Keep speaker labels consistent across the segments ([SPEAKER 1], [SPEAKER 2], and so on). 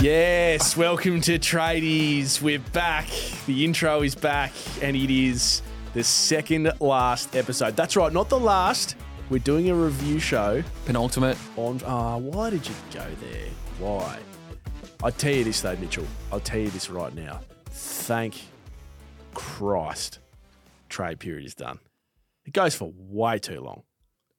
[SPEAKER 1] Yes, welcome to Tradies. We're back. The intro is back, and it is the second last episode. That's right, not the last. We're doing a review show
[SPEAKER 2] Penultimate.
[SPEAKER 1] on. Ah, why did you go there? Why? I tell you this though, Mitchell. I'll tell you this right now. Thank Christ, trade period is done. It goes for way too long.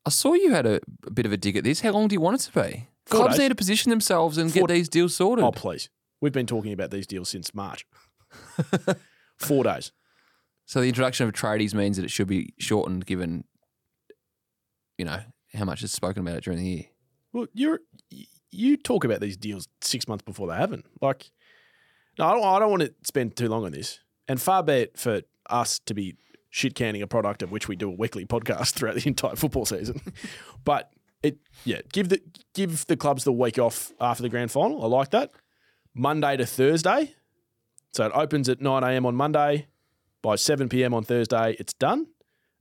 [SPEAKER 2] I saw you had a, a bit of a dig at this. How long do you want it to be?
[SPEAKER 1] Four
[SPEAKER 2] Clubs
[SPEAKER 1] days.
[SPEAKER 2] need to position themselves and
[SPEAKER 1] Four-
[SPEAKER 2] get these deals sorted.
[SPEAKER 1] Oh, please. We've been talking about these deals since March. Four days.
[SPEAKER 2] so the introduction of tradies means that it should be shortened, given you know how much is spoken about it during the year.
[SPEAKER 1] Well, you're y- you talk about these deals six months before they happen. Like, no, I don't. I don't want to spend too long on this. And far be it for us to be shit canning a product of which we do a weekly podcast throughout the entire football season. but it, yeah, give the give the clubs the week off after the grand final. I like that. Monday to Thursday, so it opens at nine a.m. on Monday. By seven p.m. on Thursday, it's done.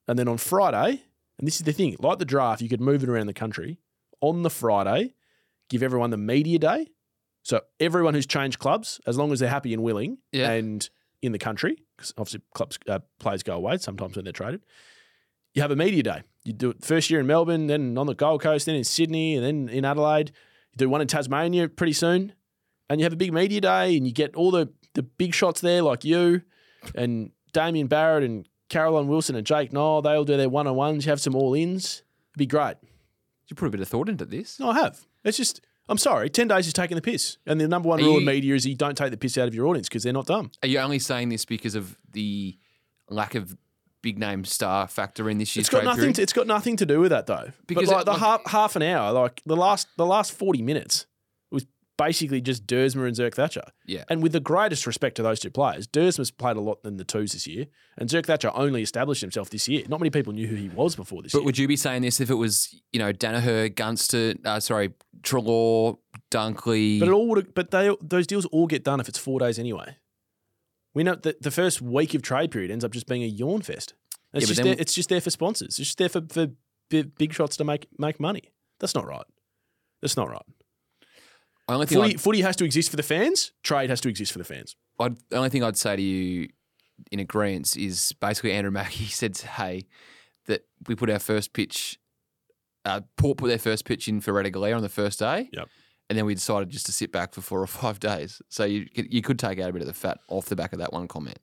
[SPEAKER 1] And then on Friday, and this is the thing, like the draft, you could move it around the country on the Friday, give everyone the media day. So everyone who's changed clubs, as long as they're happy and willing,
[SPEAKER 2] Yeah.
[SPEAKER 1] and in the country, because obviously clubs uh, players go away sometimes when they're traded. You have a media day. You do it first year in Melbourne, then on the Gold Coast, then in Sydney, and then in Adelaide. You do one in Tasmania pretty soon, and you have a big media day, and you get all the the big shots there, like you and Damien Barrett and Caroline Wilson and Jake Nile. They all do their one on ones. You have some all ins. It'd be great.
[SPEAKER 2] You put a bit of thought into this.
[SPEAKER 1] No, I have. It's just, I'm sorry, 10 days is taking the piss. And the number one rule in
[SPEAKER 2] you-
[SPEAKER 1] media is you don't take the piss out of your audience because they're not dumb.
[SPEAKER 2] Are you only saying this because of the lack of big name star factor in this year's
[SPEAKER 1] It's got
[SPEAKER 2] trade
[SPEAKER 1] nothing.
[SPEAKER 2] period?
[SPEAKER 1] To, it's got nothing to do with that though.
[SPEAKER 2] Because
[SPEAKER 1] but like
[SPEAKER 2] it-
[SPEAKER 1] the
[SPEAKER 2] like-
[SPEAKER 1] half, half an hour, like the last the last forty minutes was basically just Dersma and Zirk Thatcher.
[SPEAKER 2] Yeah.
[SPEAKER 1] And with the greatest respect to those two players, Dersma's played a lot in the twos this year, and Zirk Thatcher only established himself this year. Not many people knew who he was before this
[SPEAKER 2] But
[SPEAKER 1] year.
[SPEAKER 2] would you be saying this if it was, you know, Danaher, Gunster, uh, sorry, Trelaw, Dunkley?
[SPEAKER 1] But it all would. But they those deals all get done if it's four days anyway. We know that the first week of trade period ends up just being a yawn fest. It's
[SPEAKER 2] Yeah, but
[SPEAKER 1] just
[SPEAKER 2] then-
[SPEAKER 1] there, it's just there for sponsors. It's just there for, for bi- big shots to make make money. That's not right. That's not right.
[SPEAKER 2] I only think
[SPEAKER 1] Footy,
[SPEAKER 2] I'd-
[SPEAKER 1] footy has to exist for the fans. Trade has to exist for the fans.
[SPEAKER 2] I'd, the only thing I'd say to you in agreement is basically Andrew Mackey said today that we put our first pitch, uh, Port put their first pitch in for Redegalea on the first day.
[SPEAKER 1] Yep.
[SPEAKER 2] And then we decided just to sit back for four or five days. So you could- you could take out a bit of the fat off the back of that one comment.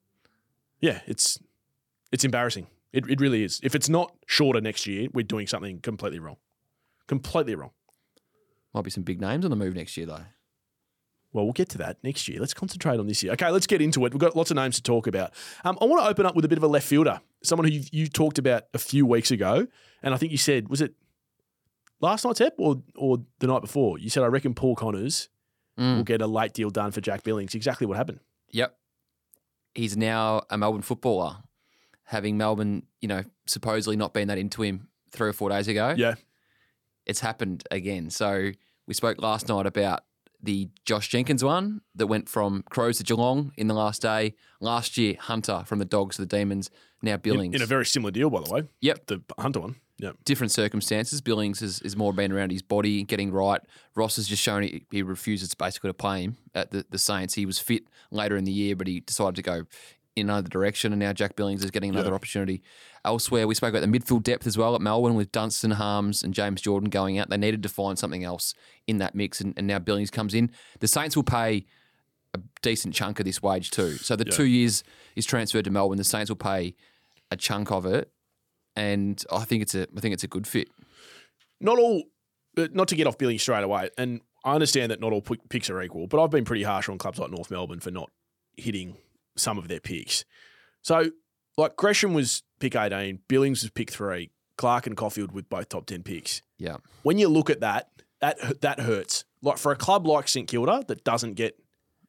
[SPEAKER 1] Yeah, it's it's embarrassing. It, it really is. If it's not shorter next year, we're doing something completely wrong. Completely wrong.
[SPEAKER 2] Might be some big names on the move next year, though.
[SPEAKER 1] Well, we'll get to that next year. Let's concentrate on this year. Okay, let's get into it. We've got lots of names to talk about. Um, I want to open up with a bit of a left fielder, someone who you, you talked about a few weeks ago, and I think you said was it last night's ep or or the night before? You said I reckon Paul Connors
[SPEAKER 2] Mm.
[SPEAKER 1] will get a late deal done for Jack Billings. Exactly what happened.
[SPEAKER 2] Yep. He's now a Melbourne footballer, having Melbourne, you know, supposedly not been that into him three or four days ago.
[SPEAKER 1] Yeah.
[SPEAKER 2] It's happened again. So we spoke last night about the Josh Jenkins one that went from Crows to Geelong in the last day. Last year, Hunter from the Dogs to the Demons, now
[SPEAKER 1] In-
[SPEAKER 2] Billings.
[SPEAKER 1] in a very similar deal, by the way.
[SPEAKER 2] Yep.
[SPEAKER 1] the Hunter one. Yep.
[SPEAKER 2] Different circumstances. Billings is, is more been around his body, getting right. Ross has just shown he, he refuses basically to play him at the, the Saints. He was fit later in the year, but he decided to go in another direction, and now Jack Billings is getting another
[SPEAKER 1] Yeah.
[SPEAKER 2] opportunity elsewhere. We spoke about the midfield depth as well at Melbourne with Dunstan, Harms, and James Jordan going out. They needed to find something else in that mix, and, and now Billings comes in. The Saints will pay a decent chunk of this wage too. So the
[SPEAKER 1] Yeah.
[SPEAKER 2] two years is transferred to Melbourne. The Saints will pay a chunk of it, and I think it's a I think it's a good fit.
[SPEAKER 1] not all, uh, not to get off Billings straight away, and I understand that not all p- picks are equal, but I've been pretty harsh on clubs like North Melbourne for not hitting some of their picks. So, like Gresham was pick 18, Billings was pick three, Clark and Caulfield with both top 10 picks.
[SPEAKER 2] Yeah.
[SPEAKER 1] When you look at that, that hu- that hurts. Like for a club like St Kilda that doesn't get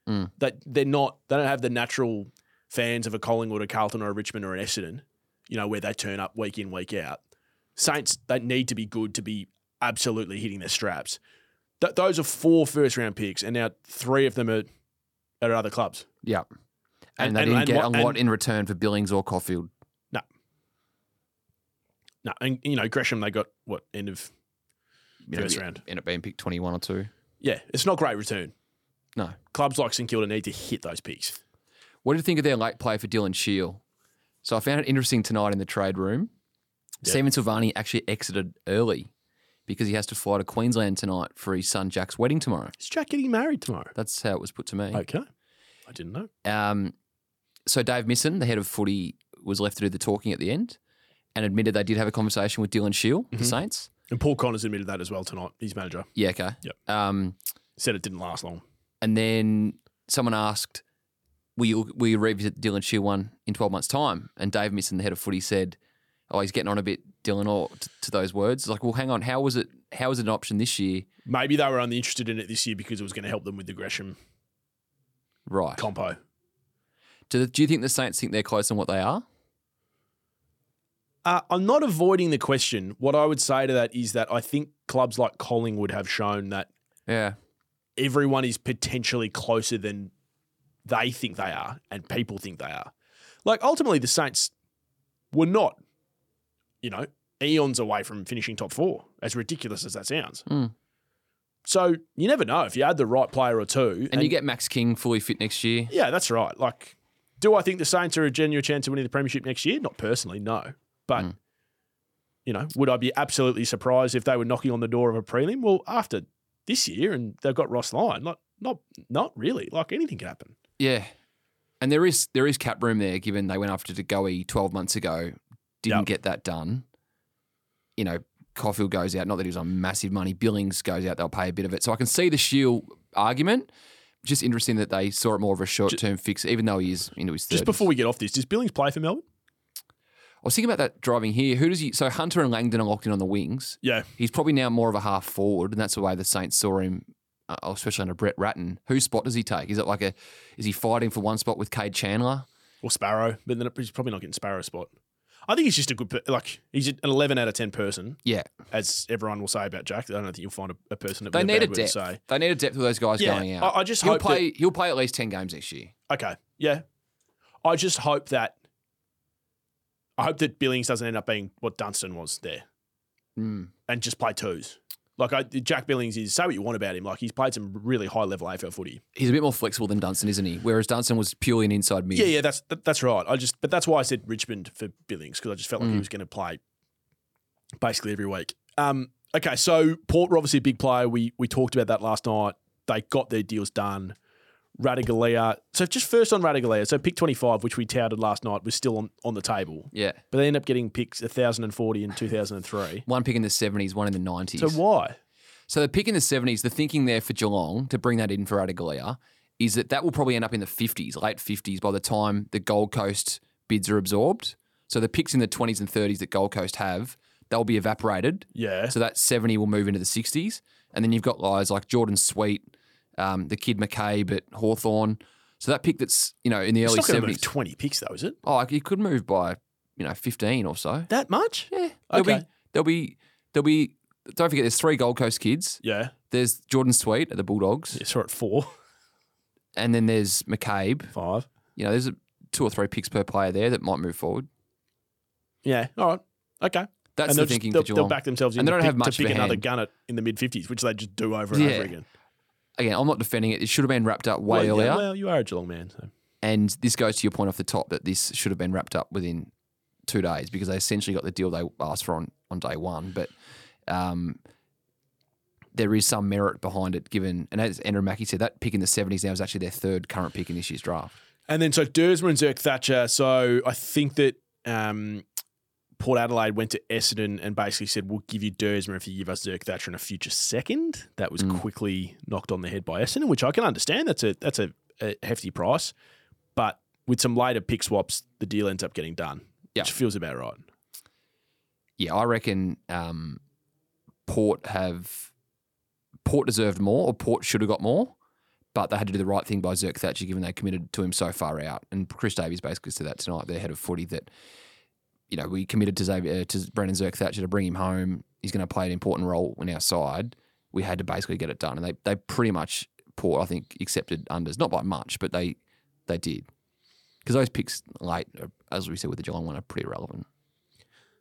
[SPEAKER 2] Mm.
[SPEAKER 1] that they're not they don't have the natural fans of a Collingwood, a Carlton, or a Richmond, or an Essendon, you know, where they turn up week in week out. Saints, they need to be good to be absolutely hitting their straps. Th- those are four first round picks, and now three of them are at other clubs.
[SPEAKER 2] Yeah,
[SPEAKER 1] And-
[SPEAKER 2] and, they
[SPEAKER 1] and-
[SPEAKER 2] didn't
[SPEAKER 1] and
[SPEAKER 2] get
[SPEAKER 1] what-
[SPEAKER 2] a lot
[SPEAKER 1] and-
[SPEAKER 2] in return for Billings or Caulfield.
[SPEAKER 1] No, and you know Gresham, they got what end of
[SPEAKER 2] You know,
[SPEAKER 1] First
[SPEAKER 2] be-
[SPEAKER 1] round.
[SPEAKER 2] end up being picked twenty one or two.
[SPEAKER 1] yeah, it's not great return.
[SPEAKER 2] No.
[SPEAKER 1] Clubs like St Kilda need to hit those picks.
[SPEAKER 2] What did you think of their late play for Dylan Shield? So I found it interesting tonight in the trade room.
[SPEAKER 1] Yeah.
[SPEAKER 2] Stephen Silvani actually exited early because he has to fly to Queensland tonight for his son Jack's wedding tomorrow.
[SPEAKER 1] Is Jack getting married tomorrow?
[SPEAKER 2] That's how it was put to me.
[SPEAKER 1] Okay. I didn't know.
[SPEAKER 2] Um, so Dave Misson, the head of footy, was left to do the talking at the end and admitted they did have a conversation with Dylan Shield,
[SPEAKER 1] Mm-hmm.
[SPEAKER 2] the Saints.
[SPEAKER 1] And Paul Connors admitted that as well tonight, his manager.
[SPEAKER 2] Yeah, okay.
[SPEAKER 1] Yep.
[SPEAKER 2] Um,
[SPEAKER 1] Said it didn't last long.
[SPEAKER 2] and then someone asked, "Will you, will you revisit Dylan Shear one in twelve months' time?" And Dave Misson, the head of footy, said, "Oh, he's getting on a bit, Dylan." Or t- to those words, It's like, well, hang on, how was it? How was it an option this year?
[SPEAKER 1] Maybe they were only interested in it this year because it was going to help them with the Gresham
[SPEAKER 2] Right?
[SPEAKER 1] compo.
[SPEAKER 2] Do, the, do you think the Saints think they're closer than what they are?
[SPEAKER 1] Uh, I'm not avoiding the question. What I would say to that is that I think clubs like Collingwood have shown that
[SPEAKER 2] Yeah,
[SPEAKER 1] everyone is potentially closer than they think they are and people think they are. Like ultimately, the Saints were not, you know, eons away from finishing top four, as ridiculous as that sounds.
[SPEAKER 2] Mm.
[SPEAKER 1] So you never know if you add the right player or two.
[SPEAKER 2] and, you get Max King fully fit next year.
[SPEAKER 1] Yeah, that's right. Like, do I think the Saints are a genuine chance of winning the premiership next year? Not personally, no. But
[SPEAKER 2] Mm.
[SPEAKER 1] you know, would I be absolutely surprised if they were knocking on the door of a prelim? Well, after this year and they've got Ross Lyon, not not not really. Like anything can happen.
[SPEAKER 2] Yeah, and there is there is cap room there, given they went after Degoe twelve months ago, didn't
[SPEAKER 1] Yep.
[SPEAKER 2] get that done. You know, Caulfield goes out. Not that he was on massive money. Billings goes out. They'll pay a bit of it, so I can see the Shield argument. Just interesting that they saw it more of a short term fix, even though he is into his. 30s.
[SPEAKER 1] Just before we get off this, does Billings play for Melbourne?
[SPEAKER 2] I was thinking about that driving here. Who does he? So Hunter and Langdon are locked in on the wings.
[SPEAKER 1] Yeah.
[SPEAKER 2] He's probably now more of a half forward, and that's the way the Saints saw him, uh, especially under Brett Ratton. Whose spot does he take? Is it like a? Is he fighting for one spot with Cade Chandler?
[SPEAKER 1] Or Sparrow, but then he's probably not getting Sparrow spot. I think he's just a good, per- like, he's an 11 out of 10 person,
[SPEAKER 2] Yeah.
[SPEAKER 1] as everyone will say about Jack. I don't think you'll find a, a person that
[SPEAKER 2] They
[SPEAKER 1] with
[SPEAKER 2] need a
[SPEAKER 1] bad word to
[SPEAKER 2] depth.
[SPEAKER 1] say.
[SPEAKER 2] They need a depth of those guys
[SPEAKER 1] Yeah,
[SPEAKER 2] going out.
[SPEAKER 1] I, I just
[SPEAKER 2] he'll
[SPEAKER 1] hope that-
[SPEAKER 2] play. he'll play at least ten games next year.
[SPEAKER 1] Okay. Yeah. I just hope that I hope that Billings doesn't end up being what Dunstan was there
[SPEAKER 2] Mm.
[SPEAKER 1] and just play twos. Like I, Jack Billings is say what you want about him. Like he's played some really high level AFL footy.
[SPEAKER 2] He's a bit more flexible than Dunstan, isn't he? Whereas Dunstan was purely an inside mid.
[SPEAKER 1] Yeah, yeah, that's that, that's right. I just but that's why I said Richmond for Billings because I just felt like he
[SPEAKER 2] Mm.
[SPEAKER 1] was going to play basically every week. Um, okay, so Port were obviously a big player. We we talked about that last night. They got their deals done. Radigalia. So just first on Radigalia. So pick twenty five, which we touted last night, was still on on the table.
[SPEAKER 2] Yeah.
[SPEAKER 1] But they end up getting picks 1,040 in 2003.
[SPEAKER 2] One pick in the seventies, one in the nineties.
[SPEAKER 1] so why?
[SPEAKER 2] So the pick in the seventies, the thinking there for Geelong to bring that in for Adegalia is that that will probably end up in the fifties, late fifties, by the time the Gold Coast bids are absorbed. So the picks in the twenties and thirties that Gold Coast have, they'll be evaporated.
[SPEAKER 1] Yeah.
[SPEAKER 2] So that 70 will move into the 60s. And then you've got guys like Jordan Sweet, um, the kid McCabe at Hawthorn. So that pick that's, you know, in the
[SPEAKER 1] It's
[SPEAKER 2] early
[SPEAKER 1] not going to
[SPEAKER 2] 70s.
[SPEAKER 1] move 20 picks, though, is it?
[SPEAKER 2] oh, he could move by, you know, 15 or so.
[SPEAKER 1] That much?
[SPEAKER 2] Yeah. There'll
[SPEAKER 1] Okay.
[SPEAKER 2] be, there'll be, there'll be, don't forget, there's three Gold Coast kids.
[SPEAKER 1] Yeah.
[SPEAKER 2] There's Jordan Sweet at the Bulldogs.
[SPEAKER 1] yeah so at four,
[SPEAKER 2] And then there's McCabe.
[SPEAKER 1] five.
[SPEAKER 2] You know, there's a, two or three picks per player there that might move forward.
[SPEAKER 1] Yeah. All right. Okay. and
[SPEAKER 2] That's the
[SPEAKER 1] they'll, just,
[SPEAKER 2] thinking
[SPEAKER 1] they'll,
[SPEAKER 2] for
[SPEAKER 1] they'll
[SPEAKER 2] Geelong.
[SPEAKER 1] back themselves in
[SPEAKER 2] And they
[SPEAKER 1] to
[SPEAKER 2] don't
[SPEAKER 1] pick,
[SPEAKER 2] have much
[SPEAKER 1] to pick
[SPEAKER 2] of a
[SPEAKER 1] another
[SPEAKER 2] hand.
[SPEAKER 1] gun at, in the mid 50s, which they just do over and
[SPEAKER 2] Yeah.
[SPEAKER 1] over again.
[SPEAKER 2] Again, I'm not defending it. It should have been wrapped up way
[SPEAKER 1] well, yeah,
[SPEAKER 2] earlier.
[SPEAKER 1] well, you are a Geelong man. So.
[SPEAKER 2] And this goes to your point off the top that this should have been wrapped up within two days because they essentially got the deal they asked for on, on day one. But um, there is some merit behind it, given, and as Andrew Mackey said, that pick in the 70s now is actually their third current pick in this year's draft.
[SPEAKER 1] And then so Dersmer and Zirk Thatcher. So I think that um, Port Adelaide went to Essendon and basically said, "We'll give you Dersmer if you give us Zirk Thatcher in a future second. That was
[SPEAKER 2] Mm.
[SPEAKER 1] quickly knocked on the head by Essendon, which I can understand. That's a that's a, a hefty price, but with some later pick swaps, the deal ends up getting done,
[SPEAKER 2] Yeah.
[SPEAKER 1] which feels about right.
[SPEAKER 2] Yeah, I reckon um, Port have. Port deserved more, or Port should have got more, but they had to do the right thing by Zirk Thatcher, given they committed to him so far out. And Chris Davies basically said that tonight, their head of footy, that you know we committed to Xavier, to Brendan Zirk Thatcher to bring him home. He's going to play an important role in our side. We had to basically get it done, and they they pretty much Port, I think, accepted unders, not by much, but they they did because those picks late, are, as we said with the Geelong one, are pretty relevant.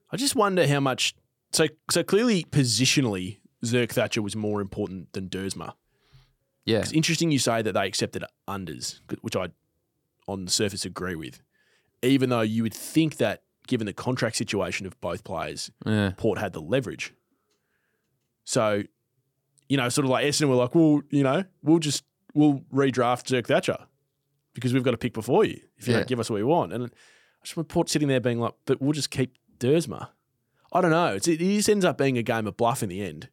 [SPEAKER 1] I just wonder how much. So so clearly, positionally, Zirk Thatcher was more important than Dersmer.
[SPEAKER 2] Yeah.
[SPEAKER 1] It's interesting you say that they accepted unders, which I, on the surface, agree with. Even though you would think that, given the contract situation of both players,
[SPEAKER 2] Yeah.
[SPEAKER 1] Port had the leverage. So, you know, sort of like Essendon were like, well, you know, we'll just we'll redraft Zirk Thatcher because we've got a pick before you if you
[SPEAKER 2] Yeah.
[SPEAKER 1] don't give us what we want. And I just remember Port sitting there being like, but we'll just keep Dersma. I don't know. It's, it just ends up being a game of bluff in the end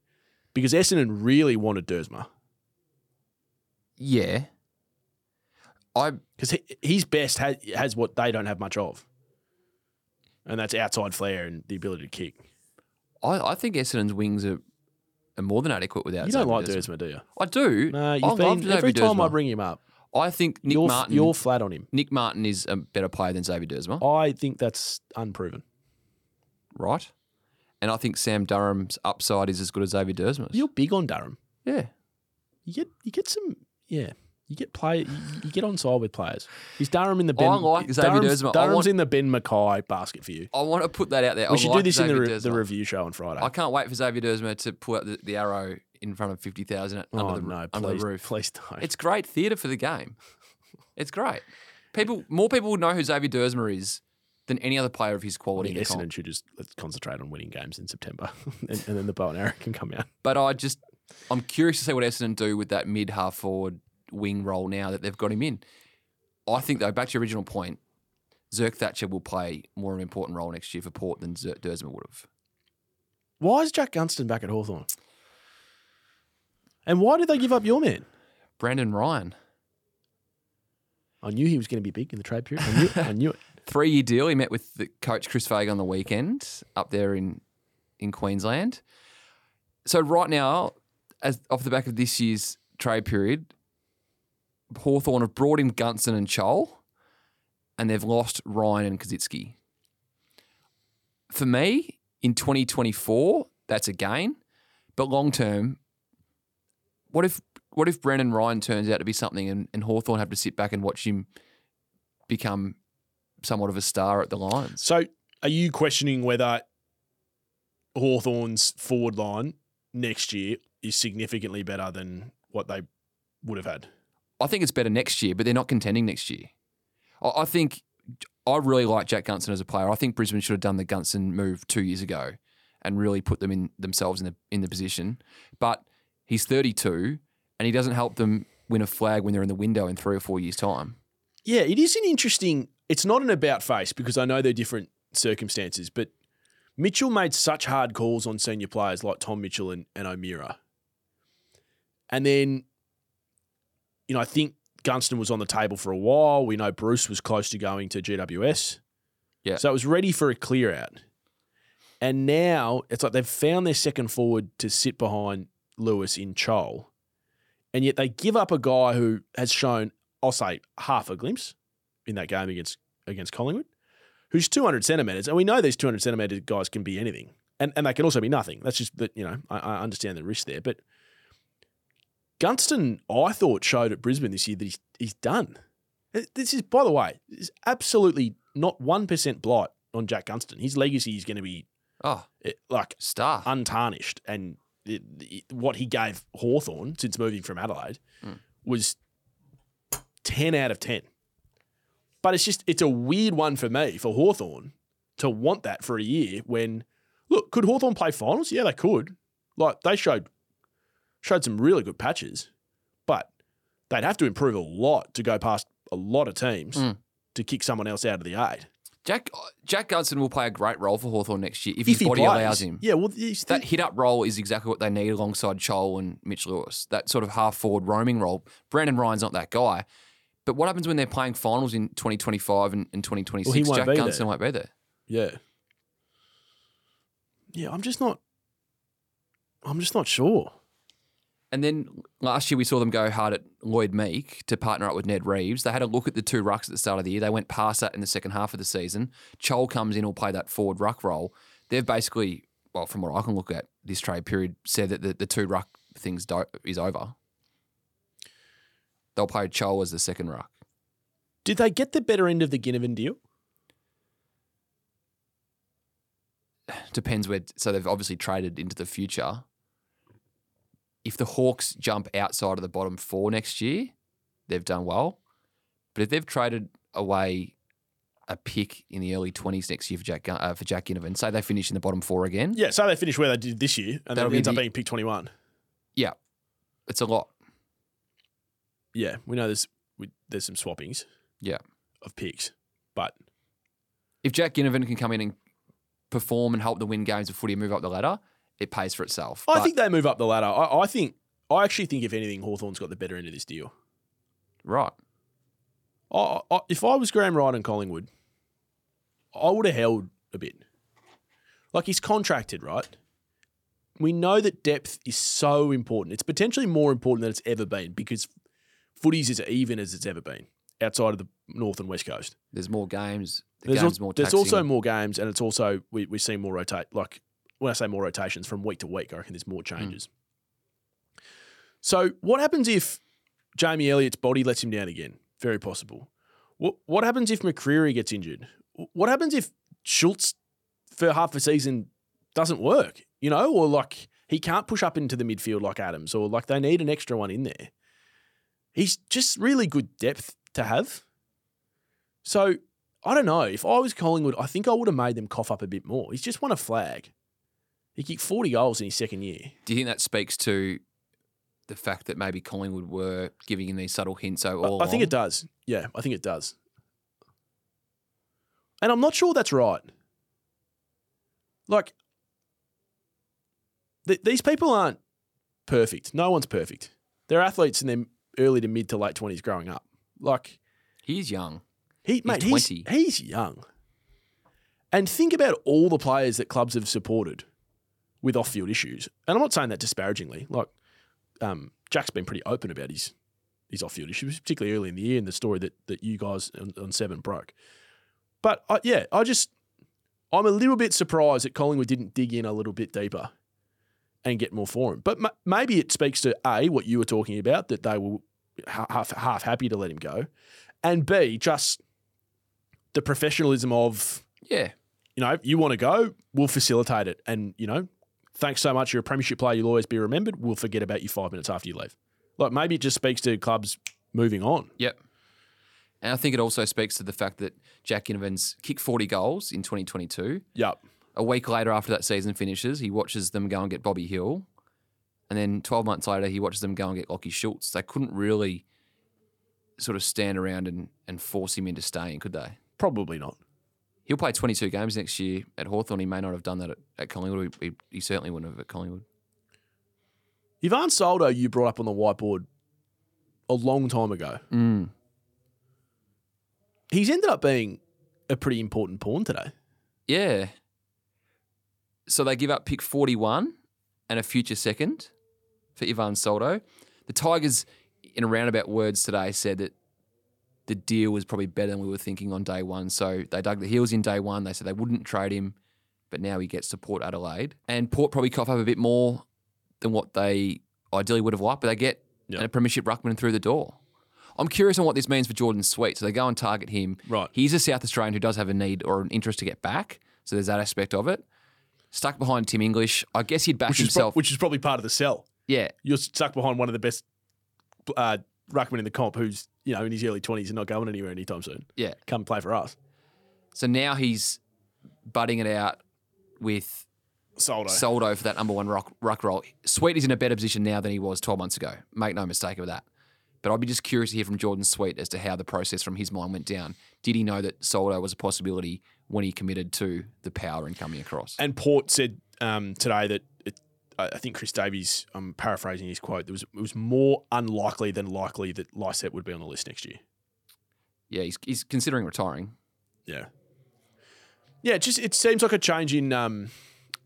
[SPEAKER 1] because Essendon really wanted Dersma
[SPEAKER 2] Yeah. I
[SPEAKER 1] because he, his best has, has what they don't have much of, and that's outside flair and the ability to kick.
[SPEAKER 2] I, I think Essendon's wings are, are more than adequate without.
[SPEAKER 1] you don't
[SPEAKER 2] Xavi
[SPEAKER 1] like
[SPEAKER 2] Desmond.
[SPEAKER 1] Dersma, do you?
[SPEAKER 2] I do.
[SPEAKER 1] No,
[SPEAKER 2] I
[SPEAKER 1] you've
[SPEAKER 2] love
[SPEAKER 1] been
[SPEAKER 2] Xavi
[SPEAKER 1] every time I
[SPEAKER 2] Desmond.
[SPEAKER 1] bring him up.
[SPEAKER 2] I think Nick
[SPEAKER 1] you're,
[SPEAKER 2] Martin.
[SPEAKER 1] you're flat on him.
[SPEAKER 2] Nick Martin is a better player than Xavier Dersma,
[SPEAKER 1] I think that's unproven.
[SPEAKER 2] right? And I think Sam Durham's upside is as good as Xavier Dersma's.
[SPEAKER 1] You're big on Durham.
[SPEAKER 2] Yeah.
[SPEAKER 1] You get you get some yeah. You get play you, you get on side with players. Is Durham in the Ben?
[SPEAKER 2] I like Xavi
[SPEAKER 1] Durham's,
[SPEAKER 2] Dersma. I
[SPEAKER 1] Durham's
[SPEAKER 2] want-
[SPEAKER 1] in the Ben Mackay basket for you.
[SPEAKER 2] I want to put that out there.
[SPEAKER 1] We
[SPEAKER 2] I
[SPEAKER 1] should
[SPEAKER 2] like
[SPEAKER 1] do this
[SPEAKER 2] Xavier
[SPEAKER 1] in the, re- the
[SPEAKER 2] Dersma.
[SPEAKER 1] review show on Friday.
[SPEAKER 2] I can't wait for Xavier Dersma to put out the, the arrow in front of 50,000 at-
[SPEAKER 1] oh
[SPEAKER 2] under, the,
[SPEAKER 1] no!
[SPEAKER 2] under
[SPEAKER 1] Please,
[SPEAKER 2] the roof.
[SPEAKER 1] please don't.
[SPEAKER 2] It's great theatre for the game. It's great. People, More people would know who Xavier Dersma is than any other player of his
[SPEAKER 1] I
[SPEAKER 2] quality
[SPEAKER 1] mean,
[SPEAKER 2] in the comp.
[SPEAKER 1] Essendon should just let's concentrate on winning games in September, and, and then the bow and arrow can come out.
[SPEAKER 2] But I just, I'm curious to see what Essendon do with that mid half forward wing role now that they've got him in. I think though, back to your original point, Zirk Thatcher will play more of an important role next year for Port than Zirk Dersma would have.
[SPEAKER 1] Why is Jack Gunston back at Hawthorn? And why did they give up your man?
[SPEAKER 2] Brandon Ryan,
[SPEAKER 1] I knew he was going to be big in the trade period. I knew, I knew it.
[SPEAKER 2] three year deal. He met with the coach Chris Fagan on the weekend up there in in Queensland. So right now, as off the back of this year's trade period, Hawthorn have brought in Gunson and Chol, and they've lost Ryan and Kaczynski. For me, in 2024, that's a gain, but long term, what if what if Brendan Ryan turns out to be something, and, and Hawthorn have to sit back and watch him become somewhat of a star at the Lions?
[SPEAKER 1] So, are you questioning whether Hawthorn's forward line next year is significantly better than what they would have had?
[SPEAKER 2] I think it's better next year, but they're not contending next year. I, I think I really like Jack Gunson as a player. I think Brisbane should have done the Gunson move two years ago and really put them in themselves in the in the position. But he's 32 and he doesn't help them win a flag when they're in the window in three or four years' time.
[SPEAKER 1] Yeah, it is an interesting. It's not an about face because I know they're different circumstances, but Mitchell made such hard calls on senior players like Tom Mitchell and, and O'Meara. And then, you know, I think Gunston was on the table for a while. We know Bruce was close to going to GWS.
[SPEAKER 2] Yeah.
[SPEAKER 1] So it was ready for a clear out. And now it's like they've found their second forward to sit behind Lewis in Chol. And yet they give up a guy who has shown I'll say half a glimpse in that game against against Collingwood, who's 200 centimeters, and we know these 200 centimeter guys can be anything, and and they can also be nothing. That's just that you know I, I understand the risk there, but Gunston I thought showed at Brisbane this year that he's he's done. This is by the way, is absolutely not one percent blight on Jack Gunston. His legacy is going to be
[SPEAKER 2] Oh,
[SPEAKER 1] eh, like
[SPEAKER 2] star.
[SPEAKER 1] untarnished. And it, it- what he gave Hawthorn since moving from Adelaide
[SPEAKER 2] Mm.
[SPEAKER 1] was 10 out of 10. But it's just, it's a weird one for me, for Hawthorn to want that for a year when, look, could Hawthorn play finals? Yeah, they could. Like, they showed showed some really good patches, but they'd have to improve a lot to go past a lot of teams
[SPEAKER 2] Mm.
[SPEAKER 1] to kick someone else out of the eight.
[SPEAKER 2] Jack Jack Gunson will play a great role for Hawthorn next year if, his body
[SPEAKER 1] plays.
[SPEAKER 2] allows him.
[SPEAKER 1] Yeah, well, he's
[SPEAKER 2] That hit up role is exactly what they need alongside Chol and Mitch Lewis. That sort of half forward roaming role. Brandon Ryan's not that guy. But what happens when they're playing finals in 2025 and, and 2026?
[SPEAKER 1] won't
[SPEAKER 2] Jack
[SPEAKER 1] be
[SPEAKER 2] Gunson
[SPEAKER 1] there.
[SPEAKER 2] won't be there.
[SPEAKER 1] Yeah. Yeah, I'm just not. I'm just not sure.
[SPEAKER 2] And then last year we saw them go hard at Lloyd Meek to partner up with Ned Reeves. They had a look at the two rucks at the start of the year. They went past that in the second half of the season. Chol comes in, will play that forward ruck role. They've basically, well, from what I can look at this trade period, said that the, the two ruck things do, is over. They'll play Chol as the second ruck.
[SPEAKER 1] Did they get the better end of the Ginnivan deal?
[SPEAKER 2] Depends where. So they've obviously traded into the future. if the Hawks jump outside of the bottom four next year, they've done well. But if they've traded away a pick in the early 20s next year for Jack Gun- uh, for Jack Ginnivan, say they finish in the bottom four again,
[SPEAKER 1] Yeah, so they finish where they did this year, and that
[SPEAKER 2] That'll be
[SPEAKER 1] ends up
[SPEAKER 2] the-
[SPEAKER 1] being pick twenty-one.
[SPEAKER 2] it's a lot.
[SPEAKER 1] Yeah, we know there's we, there's some swappings.
[SPEAKER 2] Yeah.
[SPEAKER 1] of picks, but
[SPEAKER 2] If Jack Ginnivan can come in and perform and help them win games of footy and move up the ladder, it pays for itself.
[SPEAKER 1] I
[SPEAKER 2] But-
[SPEAKER 1] think they move up the ladder. I, I think I actually think if anything, Hawthorn's got the better end of this deal.
[SPEAKER 2] right.
[SPEAKER 1] I, I, if I was Graham Wright and Collingwood, I would have held a bit. Like he's contracted, right? We know that depth is so important. It's potentially more important than it's ever been because footies is even as it's ever been outside of the north and west coast.
[SPEAKER 2] There's more games. The
[SPEAKER 1] there's, al-
[SPEAKER 2] game's more
[SPEAKER 1] there's
[SPEAKER 2] taxing.
[SPEAKER 1] also more games, and it's also we we see more rotate. Like when I say more rotations from week to week, I reckon there's
[SPEAKER 2] Hmm.
[SPEAKER 1] more changes. So what happens if Jamie Elliott's body lets him down again? Very possible. What what happens if McCreary gets injured? Wh- What happens if Schultz for half a season doesn't work? You know, or like he can't push up into the midfield like Adams, or like they need an extra one in there. He's just really good depth to have. So I don't know. If I was Collingwood, I think I would have made them cough up a bit more. He's just won a flag. He kicked 40 goals in his second year.
[SPEAKER 2] Do you think that speaks to the fact that maybe Collingwood were giving him these subtle hints? So
[SPEAKER 1] I-
[SPEAKER 2] all
[SPEAKER 1] I, think it does. Yeah, I think it does. And I'm not sure that's right. Like, th- these people aren't perfect. No one's perfect. They're athletes in their early to mid to late 20s growing up. Like,
[SPEAKER 2] He's young.
[SPEAKER 1] He, mate, he's,
[SPEAKER 2] 20.
[SPEAKER 1] he's young. And think about all the players that clubs have supported with off field issues. And I'm not saying that disparagingly. Like, um, Jack's been pretty open about his his off field issues, particularly early in the year in the story that, that you guys on, on Seven broke. But I, yeah, I just, I'm a little bit surprised that Collingwood didn't dig in a little bit deeper and get more for him. But ma- maybe it speaks to A, what you were talking about, that they were ha- half, half happy to let him go, and B, just the professionalism of
[SPEAKER 2] Yeah.
[SPEAKER 1] you know you want to go we'll facilitate it and you know thanks so much you're a premiership player you'll always be remembered we'll forget about you five minutes after you leave like maybe it just speaks to clubs moving on
[SPEAKER 2] Yep. And I think it also speaks to the fact that Jack Ginnivan's kicked 40 goals in 2022.
[SPEAKER 1] yep
[SPEAKER 2] A week later, after that season finishes, he watches them go and get Bobby Hill. And then 12 months later, he watches them go and get Lockie Schultz. They couldn't really sort of stand around and, and force him into staying, could they?
[SPEAKER 1] probably not
[SPEAKER 2] He'll play 22 games next year at Hawthorn. He may not have done that at, at Collingwood. He, he, he certainly wouldn't have at Collingwood.
[SPEAKER 1] Ivan Soldo you brought up on the whiteboard a long time ago
[SPEAKER 2] Mm.
[SPEAKER 1] he's ended up being a pretty important pawn today
[SPEAKER 2] Yeah. So they give up pick 41 and a future second for Ivan Soldo. The Tigers, in roundabout words today, said that the deal was probably better than we were thinking on day one. So they dug the heels in day one. They said they wouldn't trade him, but now he gets to Port Adelaide. And Port probably cough up a bit more than what they ideally would have liked, but they get
[SPEAKER 1] Yeah.
[SPEAKER 2] a premiership ruckman through the door. I'm curious on what this means for Jordan Sweet. So they go and target him.
[SPEAKER 1] Right.
[SPEAKER 2] He's a South Australian who does have a need or an interest to get back. So there's that aspect of it. Stuck behind Tim English. I guess he'd back
[SPEAKER 1] which is, pro-
[SPEAKER 2] himself.
[SPEAKER 1] which is probably part of the sell
[SPEAKER 2] yeah.
[SPEAKER 1] you're stuck behind one of the best uh, ruckman in the comp who's you know in his early 20s and not going anywhere anytime soon
[SPEAKER 2] Yeah.
[SPEAKER 1] come play for us
[SPEAKER 2] So now he's butting it out with
[SPEAKER 1] Soldo
[SPEAKER 2] Soldo for that number one rock, ruck role. Sweet is in a better position now than he was 12 months ago. Make no mistake of that. But I'd be just curious to hear from Jordan Sweet as to how the process from his mind went down. Did he know that Soldo was a possibility when he committed to the power and coming across?
[SPEAKER 1] And Port said um, today that it, I I think Chris Davies. I'm paraphrasing his quote. There was it was more unlikely than likely that Lyset would be on the list next year.
[SPEAKER 2] yeah, he's, he's considering retiring.
[SPEAKER 1] Yeah, yeah. It just it seems like a change in um,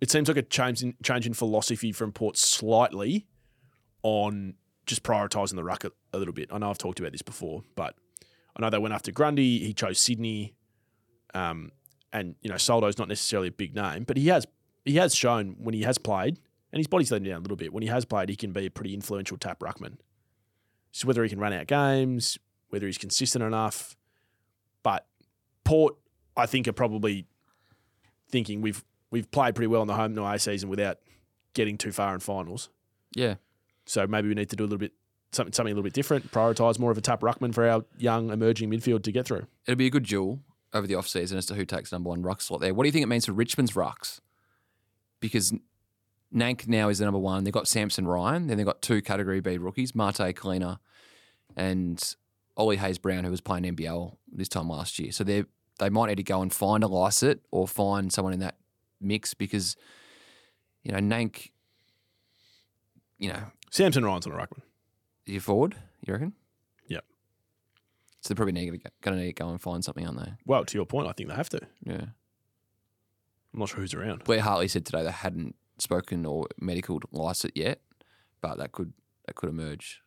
[SPEAKER 1] it seems like a change in change in philosophy from Port slightly on just prioritising the ruck a, a little bit. I know I've talked about this before, but I know they went after Grundy. He chose Sydney, um, and you know Soldo's not necessarily a big name, but he has he has shown when he has played, and his body's letting down a little bit. When he has played, he can be a pretty influential tap ruckman. So whether he can run out games, whether he's consistent enough, but Port, I think, are probably thinking we've we've played pretty well in the home and away season without getting too far in finals.
[SPEAKER 2] Yeah.
[SPEAKER 1] So maybe we need to do a little bit something something a little bit different. Prioritise more of a tap ruckman for our young emerging midfield to get through.
[SPEAKER 2] It'll be a good duel over the off season as to who takes number one ruck slot there. What do you think it means for Richmond's rucks? Because Nank now is the number one. They've got Samson Ryan. Then they've got two Category B rookies, Marte Kalina and Ollie Hayes Brown, who was playing NBL this time last year. So they they might need to go and find a Lycett or find someone in that mix because, you know, Nank, you know,
[SPEAKER 1] Samson Ryan's on a ruckman.
[SPEAKER 2] you forward, you reckon?
[SPEAKER 1] Yep.
[SPEAKER 2] So they're probably going to need to go and find something, aren't they?
[SPEAKER 1] Well, to your point, I think they have to.
[SPEAKER 2] Yeah.
[SPEAKER 1] I'm not sure who's around.
[SPEAKER 2] Blair Hartley said today they hadn't spoken or medical licensed yet, but that could that could emerge.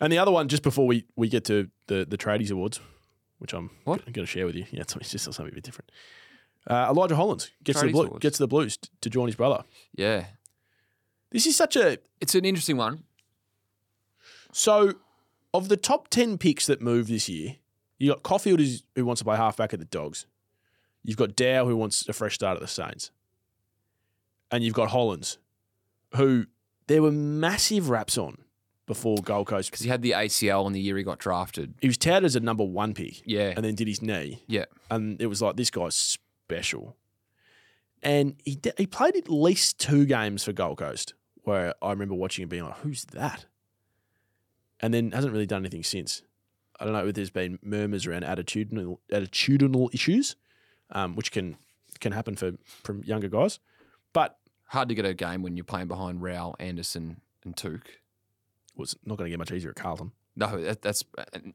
[SPEAKER 1] And the other one, just before we, we get to the the tradies awards, which I'm
[SPEAKER 2] What?
[SPEAKER 1] going to share with you. Yeah, it's, it's just something a bit different. Uh, Elijah Hollands gets to the
[SPEAKER 2] Tradies
[SPEAKER 1] blue,
[SPEAKER 2] awards.
[SPEAKER 1] gets to the Blues t- to join his brother.
[SPEAKER 2] Yeah,
[SPEAKER 1] This is such a
[SPEAKER 2] it's an interesting one.
[SPEAKER 1] so of the top ten picks that move this year, you got Caulfield who's- who wants to play halfback at the Dogs. You've got Dow who wants a fresh start at the Saints, and you've got Hollands, who there were massive raps on before Gold Coast.
[SPEAKER 2] because he had the ACL in the year he got drafted.
[SPEAKER 1] He was touted as a number one pick,
[SPEAKER 2] Yeah,
[SPEAKER 1] and then did his knee.
[SPEAKER 2] yeah,
[SPEAKER 1] and it was like this guy's special. And he d- he played at least two games for Gold Coast, where I remember watching and being like, "Who's that?" And then hasn't really done anything since. I don't know if there's been murmurs around attitudinal attitudinal issues, um, which can can happen for from younger guys. But
[SPEAKER 2] hard to get a game when you're playing behind Rao, Anderson, and Took.
[SPEAKER 1] was not going to get much easier at Carlton.
[SPEAKER 2] No, that, that's and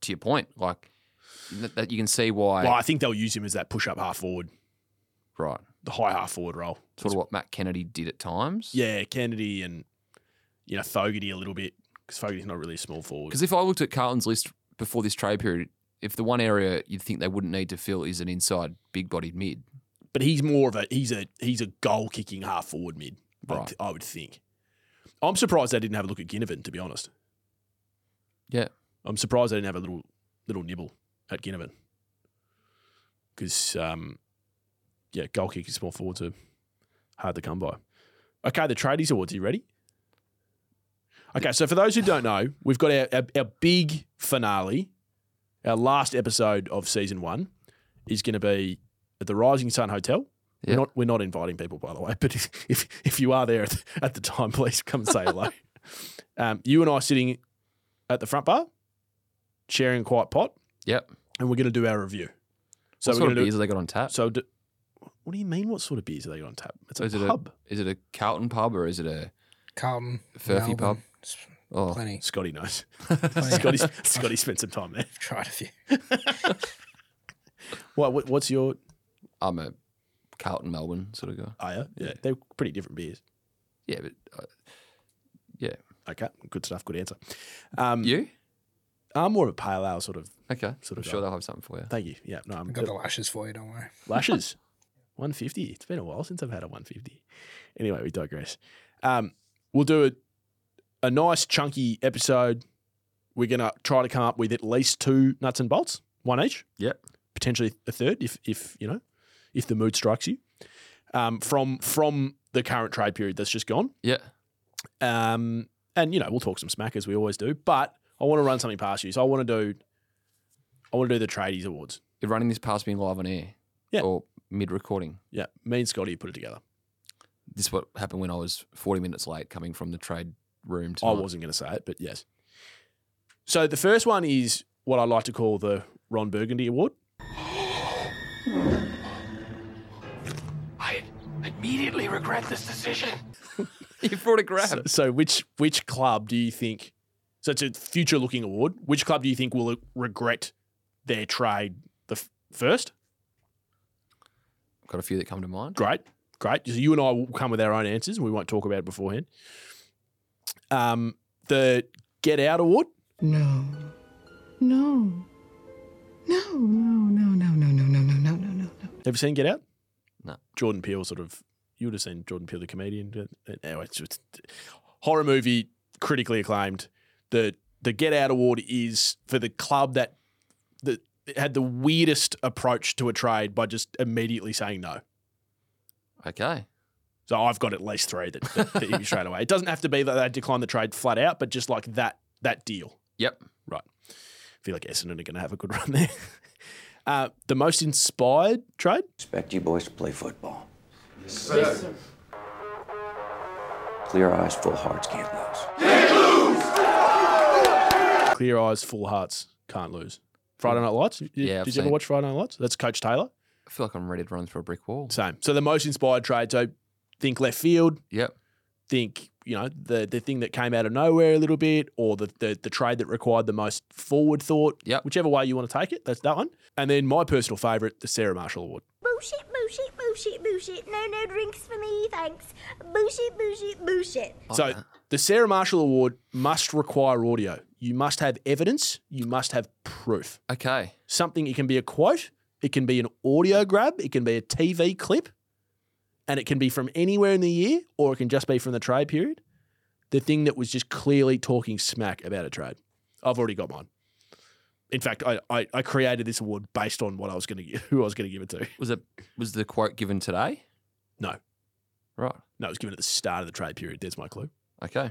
[SPEAKER 2] to your point. Like that, that you can see why.
[SPEAKER 1] Well, I think they'll use him as that push up half forward,
[SPEAKER 2] Right,
[SPEAKER 1] the high half forward role.
[SPEAKER 2] sort of what Matt Kennedy did at times.
[SPEAKER 1] Yeah, Kennedy and you know Fogarty a little bit because Fogarty's not really a small forward.
[SPEAKER 2] Because if I looked at Carlton's list before this trade period, if the one area you'd think they wouldn't need to fill is an inside big-bodied mid,
[SPEAKER 1] but he's more of a he's a he's a goal kicking half forward mid. I
[SPEAKER 2] Right.
[SPEAKER 1] th- I would think. I'm surprised they didn't have a look at Ginnivan, to be honest.
[SPEAKER 2] Yeah.
[SPEAKER 1] I'm surprised they didn't have a little little nibble at Ginnivan. Because um, yeah, goal kicking small forwards are hard to come by. Okay, the tradies awards. Are you ready? Okay, so for those who don't know, we've got our, our, our big finale, our last episode of season one, is going to be at the Rising Sun Hotel.
[SPEAKER 2] Yeah.
[SPEAKER 1] We're not we're not inviting people, by the way. But if if, if you are there at the, at the time, please come and say hello. um, you and I sitting at the front bar, sharing a quiet pot,
[SPEAKER 2] Yep.
[SPEAKER 1] and we're going to do our review. So we're
[SPEAKER 2] what sort of
[SPEAKER 1] gonna
[SPEAKER 2] beers have they got on
[SPEAKER 1] do,
[SPEAKER 2] tap?
[SPEAKER 1] so. Do, what do you mean? What sort of beers are they got on tap? It's a
[SPEAKER 2] Is it a-
[SPEAKER 1] pub.
[SPEAKER 2] Is it a Carlton pub or is it a
[SPEAKER 3] Carlton,
[SPEAKER 2] Furphy pub?
[SPEAKER 3] Melbourne, it's
[SPEAKER 2] oh
[SPEAKER 3] plenty.
[SPEAKER 1] Scotty knows.
[SPEAKER 3] plenty.
[SPEAKER 1] Scotty, Scotty spent some time there.
[SPEAKER 3] I've tried a few.
[SPEAKER 1] What, what what's your
[SPEAKER 2] I'm a Carlton Melbourne sort of guy.
[SPEAKER 1] Oh, yeah? yeah, they're pretty different beers.
[SPEAKER 2] Yeah, but uh,
[SPEAKER 1] Okay, good stuff. Good answer. Um,
[SPEAKER 2] Mm. you
[SPEAKER 1] I'm more of a pale ale sort of.
[SPEAKER 2] okay?
[SPEAKER 1] Sort
[SPEAKER 2] I'm
[SPEAKER 1] of
[SPEAKER 2] sure
[SPEAKER 1] guy.
[SPEAKER 2] they'll have something for you.
[SPEAKER 1] Thank you. Yeah, no, I'm
[SPEAKER 3] I've got the lashes for you, don't worry.
[SPEAKER 1] Lashes. 150. It's been a while since I've had a 150. Anyway, we digress. Um, we'll do a, a nice chunky episode. We're going to try to come up with at least two nuts and bolts, one each.
[SPEAKER 2] Yep.
[SPEAKER 1] Potentially a third if, if you know, if the mood strikes you. Um, from from the current trade period that's just gone.
[SPEAKER 2] Yeah,
[SPEAKER 1] Um, and you know, we'll talk some smack as we always do, but I want to run something past you. So I want to do I want to do the tradies awards.
[SPEAKER 2] you're running this past me live on air.
[SPEAKER 1] Yeah.
[SPEAKER 2] or mid recording.
[SPEAKER 1] Yeah, me and Scotty put it together.
[SPEAKER 2] This is what happened when I was 40 minutes late coming from the trade room. Tonight.
[SPEAKER 1] I wasn't going to say it, but yes. So the first one is what I like to call the Ron Burgundy Award.
[SPEAKER 4] I immediately regret this decision.
[SPEAKER 2] You brought a grab.
[SPEAKER 1] So, so which which club do you think? So it's a future looking award. Which club do you think will regret their trade the f- first?
[SPEAKER 2] got a few that come to mind.
[SPEAKER 1] Great, great. So you and I will come with our own answers, and we won't talk about it beforehand. Um, the Get Out Award.
[SPEAKER 5] No. No. No, no, no, no, no, no, no, no, no, no, no, no.
[SPEAKER 1] Have you seen Get Out?
[SPEAKER 2] No.
[SPEAKER 1] Jordan Peele sort of. You would have seen Jordan Peele, the comedian. uh, Anyway, it's just horror movie, critically acclaimed. The the Get Out award is for the club that that had the weirdest approach to a trade by just immediately saying no.
[SPEAKER 2] Okay,
[SPEAKER 1] So I've got at least three that, that, that hit me straight away. It doesn't have to be that they decline the trade flat out, but just like that that deal.
[SPEAKER 2] Yep.
[SPEAKER 1] Right. I feel like Essendon are going to have a good run there. Uh, the most inspired trade?
[SPEAKER 6] Expect you boys to play football. Clear eyes, full hearts, can't lose.
[SPEAKER 1] Clear eyes, full hearts, can't lose. Friday Night Lights? Did,
[SPEAKER 2] Yeah, I've
[SPEAKER 1] Did you ever
[SPEAKER 2] seen-
[SPEAKER 1] watch Friday Night Lights? That's Coach Taylor.
[SPEAKER 2] I feel like I'm ready to run through a brick wall.
[SPEAKER 1] Same. So the most inspired trade. So think left field,
[SPEAKER 2] Yep.
[SPEAKER 1] think you know the the thing that came out of nowhere a little bit, or the the, the trade that required the most forward thought.
[SPEAKER 2] Yep.
[SPEAKER 1] Whichever way you want to take it, that's that one. And then my personal favourite, the Sarah Marshall Award.
[SPEAKER 7] Boosh it, boosh it, boosh it, boosh it. No, no drinks for me, thanks. Boosh it, boosh it, boosh it.
[SPEAKER 1] so the Sarah Marshall Award must require audio. You must have evidence. You must have proof.
[SPEAKER 2] Okay.
[SPEAKER 1] Something. It can be a quote. It can be an audio grab. It can be a TV clip. And it can be from anywhere in the year, or it can just be from the trade period. The thing that was just clearly talking smack about a trade. I've already got mine. In fact, I, I, I created this award based on what I was going to who I was going to give it to.
[SPEAKER 2] Was it was the quote given today?
[SPEAKER 1] No,
[SPEAKER 2] Right.
[SPEAKER 1] no, it was given at the start of the trade period. There's my clue.
[SPEAKER 2] Okay.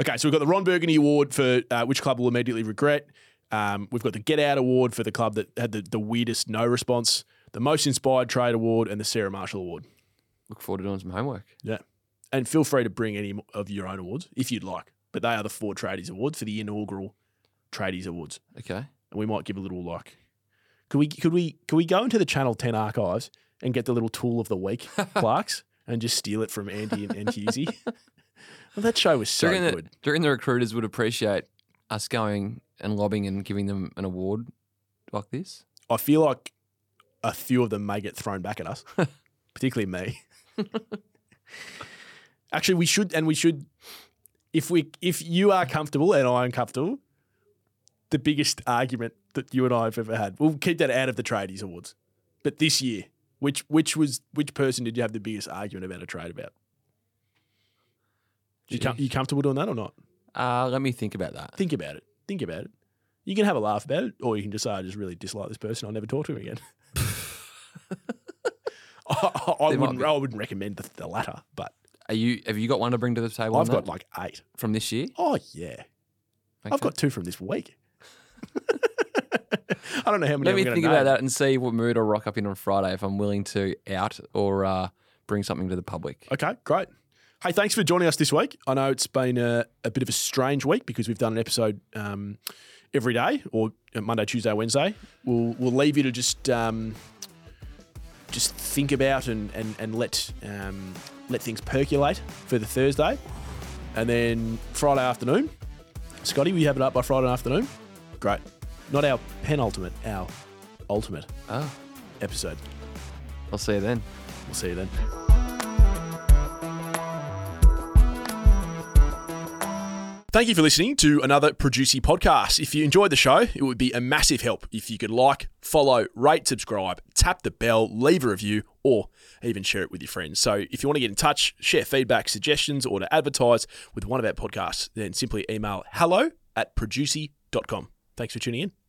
[SPEAKER 1] Okay, so we've got the Ron Burgundy Award for uh, which club will immediately regret. Um, we've got the Get Out Award for the club that had the, the weirdest no response, the Most Inspired Trade Award, and the Sarah Marshall Award.
[SPEAKER 2] Look forward to doing some homework.
[SPEAKER 1] Yeah. And feel free to bring any of your own awards if you'd like, but they are the four Tradies Awards for the inaugural Tradies Awards.
[SPEAKER 2] Okay.
[SPEAKER 1] And we might give a little like, could we could we could we go into the Channel Ten archives and get the little tool of the week plaques and just steal it from Andy and, and Husey? well, that show was so
[SPEAKER 2] during the
[SPEAKER 1] good.
[SPEAKER 2] during the recruiters would appreciate us going and lobbying and giving them an award like this.
[SPEAKER 1] I feel like a few of them may get thrown back at us, particularly me. Actually, we should, and we should, if we, if you are comfortable and I am comfortable, the biggest argument that you and I have ever had. We'll keep that out of the tradies awards, but this year, which which was which person did you have the biggest argument about a trade about? You, com-
[SPEAKER 2] Jeez.
[SPEAKER 1] you comfortable doing that or not?
[SPEAKER 2] Uh, let me think about that.
[SPEAKER 1] Think about it. Think about it. You can have a laugh about it, or you can just say, I just really dislike this person. I'll never talk to him again. I, I- I
[SPEAKER 2] There might
[SPEAKER 1] wouldn't.
[SPEAKER 2] be.
[SPEAKER 1] I wouldn't recommend the, the latter, but
[SPEAKER 2] Are you have you got one to bring to the table? on
[SPEAKER 1] I've got
[SPEAKER 2] that
[SPEAKER 1] like eight.
[SPEAKER 2] from this year.
[SPEAKER 1] Oh yeah, I've
[SPEAKER 2] Okay.
[SPEAKER 1] got two from this week. I don't know how many.
[SPEAKER 2] Let
[SPEAKER 1] I'm
[SPEAKER 2] me
[SPEAKER 1] gonna
[SPEAKER 2] think about
[SPEAKER 1] name.
[SPEAKER 2] that and see what mood I rock up in on Friday if I'm willing to out or uh, bring something to the public.
[SPEAKER 1] Okay, great. Hey, thanks for joining us this week. I know it's been a, a bit of a strange week because we've done an episode um, every day, or Monday, Tuesday, Wednesday. We'll we'll leave you to just um, just think about and and and let um, let things percolate for the Thursday, and then Friday afternoon. Scotty, we have it up by Friday afternoon. Great. Not our penultimate, our ultimate
[SPEAKER 2] Oh,
[SPEAKER 1] episode.
[SPEAKER 2] I'll see you then.
[SPEAKER 1] We'll see you then. Thank you for listening to another Producy podcast. If you enjoyed the show, it would be a massive help if you could like, follow, rate, subscribe, tap the bell, leave a review, or even share it with your friends. So if you want to get in touch, share feedback, suggestions, or to advertise with one of our podcasts, then simply email hello at producy.com. Thanks for tuning in.